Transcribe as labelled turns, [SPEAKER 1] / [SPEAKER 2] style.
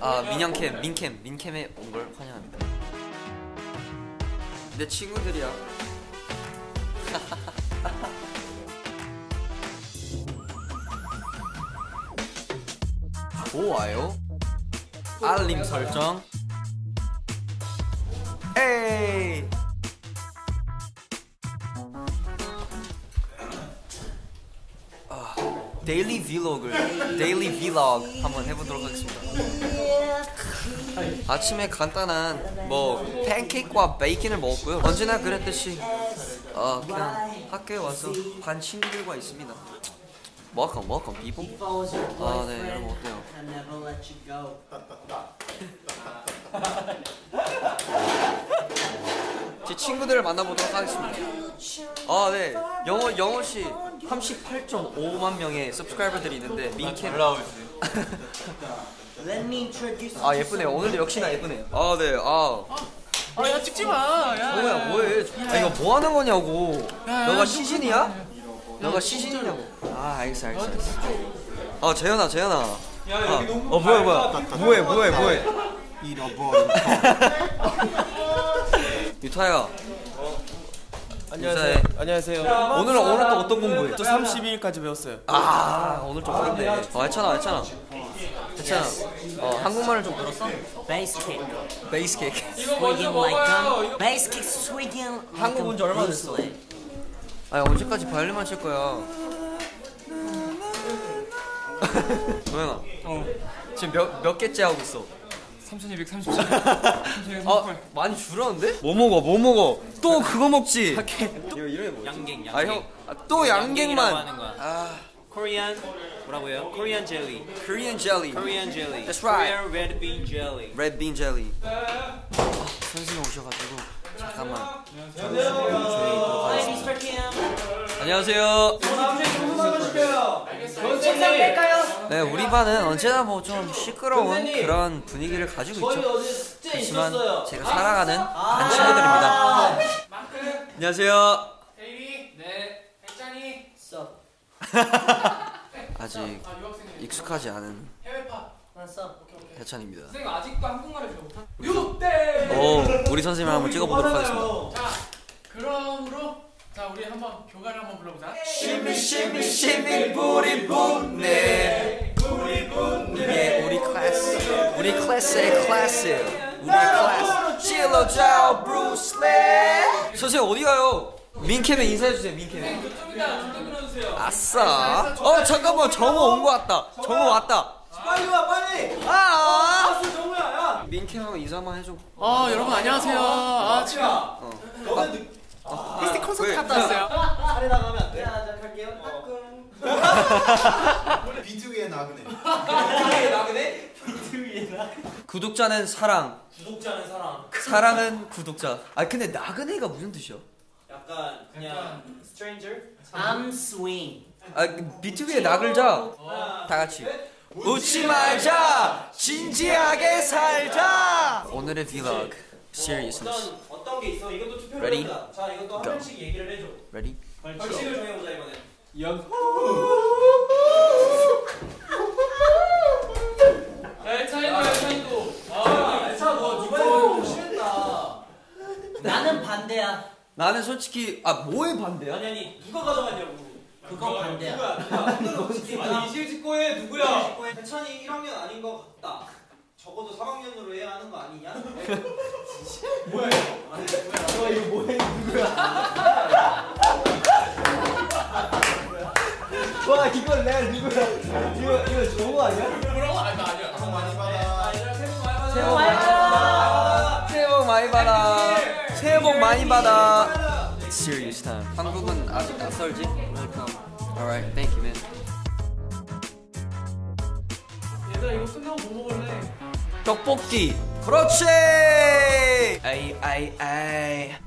[SPEAKER 1] 아 민영캠 민캠 민캠에 온 걸 환영합니다. 내 친구들이야. 좋아요. 알림 설정. 에이. 아, 데일리 vlog을 데일리 vlog 한번 해보도록 하겠습니다. 아침에 간단한 뭐 팬케이크와 베이컨을 먹었고요. 언제나 그랬듯이 어, 그냥 학교에 와서 반 친구들과 있습니다. Welcome, welcome, people.
[SPEAKER 2] follows your
[SPEAKER 1] 아, 네,
[SPEAKER 2] boyfriend
[SPEAKER 1] 여러분 어때요?
[SPEAKER 2] and never let you go.
[SPEAKER 1] 제 친구들을 만나보도록 하겠습니다. 아, 네. 영호, 영호 씨 38.5만 명의 서브스크라이버들이 있는데 민캠
[SPEAKER 2] Let me introduce
[SPEAKER 1] 아, 예쁘네요. 오늘도 역시나 예쁘네요. 아, 네. 아,
[SPEAKER 3] 아, 야 찍지 마. 야,
[SPEAKER 1] 뭐야, 뭐해? 아, 이거 뭐 하는 거냐고.
[SPEAKER 3] 야,
[SPEAKER 1] 너가
[SPEAKER 3] 야,
[SPEAKER 1] 시즌이야? 너가 시즌이냐고. 아, 알겠어, 알겠어, 알겠어. 아, 재현아, 재현아. 아, 어, 뭐야, 뭐야. 뭐해, 뭐해, 뭐해.
[SPEAKER 4] 아, 잃어버린
[SPEAKER 1] 유타야,
[SPEAKER 5] 어,
[SPEAKER 4] 네.
[SPEAKER 5] 안녕하세요.
[SPEAKER 1] 인사해.
[SPEAKER 5] 안녕하세요.
[SPEAKER 1] 오늘은 오늘 또 어떤 공부해?
[SPEAKER 5] 저 32일까지 배웠어요.
[SPEAKER 1] 아, 오늘 좀 어렵네. 어, 괜찮아, 괜찮아. 괜찮아. 어, 한국말을 좀 늘었어?
[SPEAKER 2] bass kick.
[SPEAKER 1] 베이스 케이크.
[SPEAKER 3] 이거 먼저
[SPEAKER 2] Swigging like
[SPEAKER 3] 먹어요.
[SPEAKER 2] gum.
[SPEAKER 3] 이거
[SPEAKER 2] Bass kick swigging. like
[SPEAKER 1] 한국
[SPEAKER 2] a
[SPEAKER 1] 온지 얼마
[SPEAKER 2] Bruce
[SPEAKER 1] 됐어?
[SPEAKER 2] Lee.
[SPEAKER 1] 아니, 언제까지 바이올린만 칠 거야? 도현아.
[SPEAKER 6] 어.
[SPEAKER 1] 지금 몇, 몇 개째 하고 있어?
[SPEAKER 3] 3230.
[SPEAKER 1] 아, 많이 줄었는데? 뭐 먹어, 뭐 먹어. 또 그거 먹지.
[SPEAKER 6] 양갱
[SPEAKER 1] 아, 형. 아, 또
[SPEAKER 6] 양갱이라고
[SPEAKER 1] 양갱만.
[SPEAKER 6] 하는 거야.
[SPEAKER 1] 아,
[SPEAKER 6] Korean 뭐라고요? Korean jelly.
[SPEAKER 1] Korean jelly.
[SPEAKER 6] Korean jelly.
[SPEAKER 1] That's right.
[SPEAKER 6] Korean red bean jelly.
[SPEAKER 1] Red bean jelly. 아, 선생님 오셔가지고. 잠깐만.
[SPEAKER 2] Ladies for Kim.
[SPEAKER 1] 안녕하세요. 네, 우리 반은 언제나 뭐 좀 시끄러운 그런 분위기를 가지고 있죠. 그렇지만 제가 사랑하는 반 친구들입니다. 안녕하세요.
[SPEAKER 3] 네. 백장이
[SPEAKER 2] So,
[SPEAKER 1] 아직
[SPEAKER 3] 아, 유학생이.
[SPEAKER 1] 익숙하지 않은
[SPEAKER 3] 해외파.
[SPEAKER 2] what's up?
[SPEAKER 1] 해찬입니다.
[SPEAKER 3] 선생님 아직도 한국말을 잘 못한. 육대.
[SPEAKER 1] 오, 우리 선생님 한번 찍어보도록 하겠습니다.
[SPEAKER 3] 자, 그러므로 자, 우리 한번 교가를 한번 불러보자.
[SPEAKER 1] 예, 우리 클래스, 우리 클래스의 클래스, 우리 클래스. 실로자오 브루슬리. 선생님 어디 가요? 민캠에 인사해 주세요. 민캠에.
[SPEAKER 3] 좀 이따 좀더 끊어주세요.
[SPEAKER 1] 아싸. 어 잠깐만 정우 온 거 같다. 정우 왔다.
[SPEAKER 4] 빨리 와 빨리
[SPEAKER 1] 아.
[SPEAKER 4] 아스 정우야 야
[SPEAKER 1] 민캠하고 인사만 해줘.
[SPEAKER 3] 아, 여러분 안녕하세요. 아, 지금
[SPEAKER 4] 너는 늦...
[SPEAKER 3] 테스트 콘서트
[SPEAKER 1] 왜?
[SPEAKER 3] 갔다 왔어요.
[SPEAKER 4] 잘해 나가면 안돼
[SPEAKER 2] 자, 자, 갈게요. 따끔.
[SPEAKER 4] 비트 위에 나그네
[SPEAKER 1] 구독자는 사랑. 구독자는 사랑. 사랑은 구독자. 아 근데 나그네가 무슨 뜻이야?
[SPEAKER 6] 약간 그냥 stranger.
[SPEAKER 2] I'm swing.
[SPEAKER 1] 아 비투비의 나글자. 다 같이. 웃지 말자. 진지하게 살자. 오늘의 vlog. Seriousness.
[SPEAKER 6] 어떤 게 있어? 이것도 투표를
[SPEAKER 1] Ready?
[SPEAKER 6] 해보자. 자, 이것도 한
[SPEAKER 1] Go.
[SPEAKER 6] 명씩 얘기를 해줘.
[SPEAKER 1] Ready?
[SPEAKER 6] 벌칙을 정해보자 이번에.
[SPEAKER 3] 엘차이도 엘차이도. 아,
[SPEAKER 6] 알차 너 이번에 좀 심했다.
[SPEAKER 2] 나는 반대야.
[SPEAKER 1] 나는 솔직히 아 뭐에 반대야?
[SPEAKER 6] 아니 아니 누가 가져갔냐고.
[SPEAKER 2] 그건 반대야.
[SPEAKER 6] 누가 누가? 이실 직고에 누구야? 해찬이 1학년 아닌 것 같다. 적어도 3학년으로 해야 하는 거 아니냐?
[SPEAKER 4] 와 이걸 내 누구야 이거 이거 정우 아니야?
[SPEAKER 3] 그런 거 아니야. 아니야.
[SPEAKER 4] 정 많이 받아
[SPEAKER 1] 새해 복 많이 받아. 새해 복 많이 받아. 새해 복 많이 받아. It's serious time. 한국은 아직 낯설지? Welcome. Alright, thank you, man.
[SPEAKER 3] 얘들아 이거 끝나고 뭐 먹을래?
[SPEAKER 1] 떡볶이. 그렇지. 아이 아이 아이.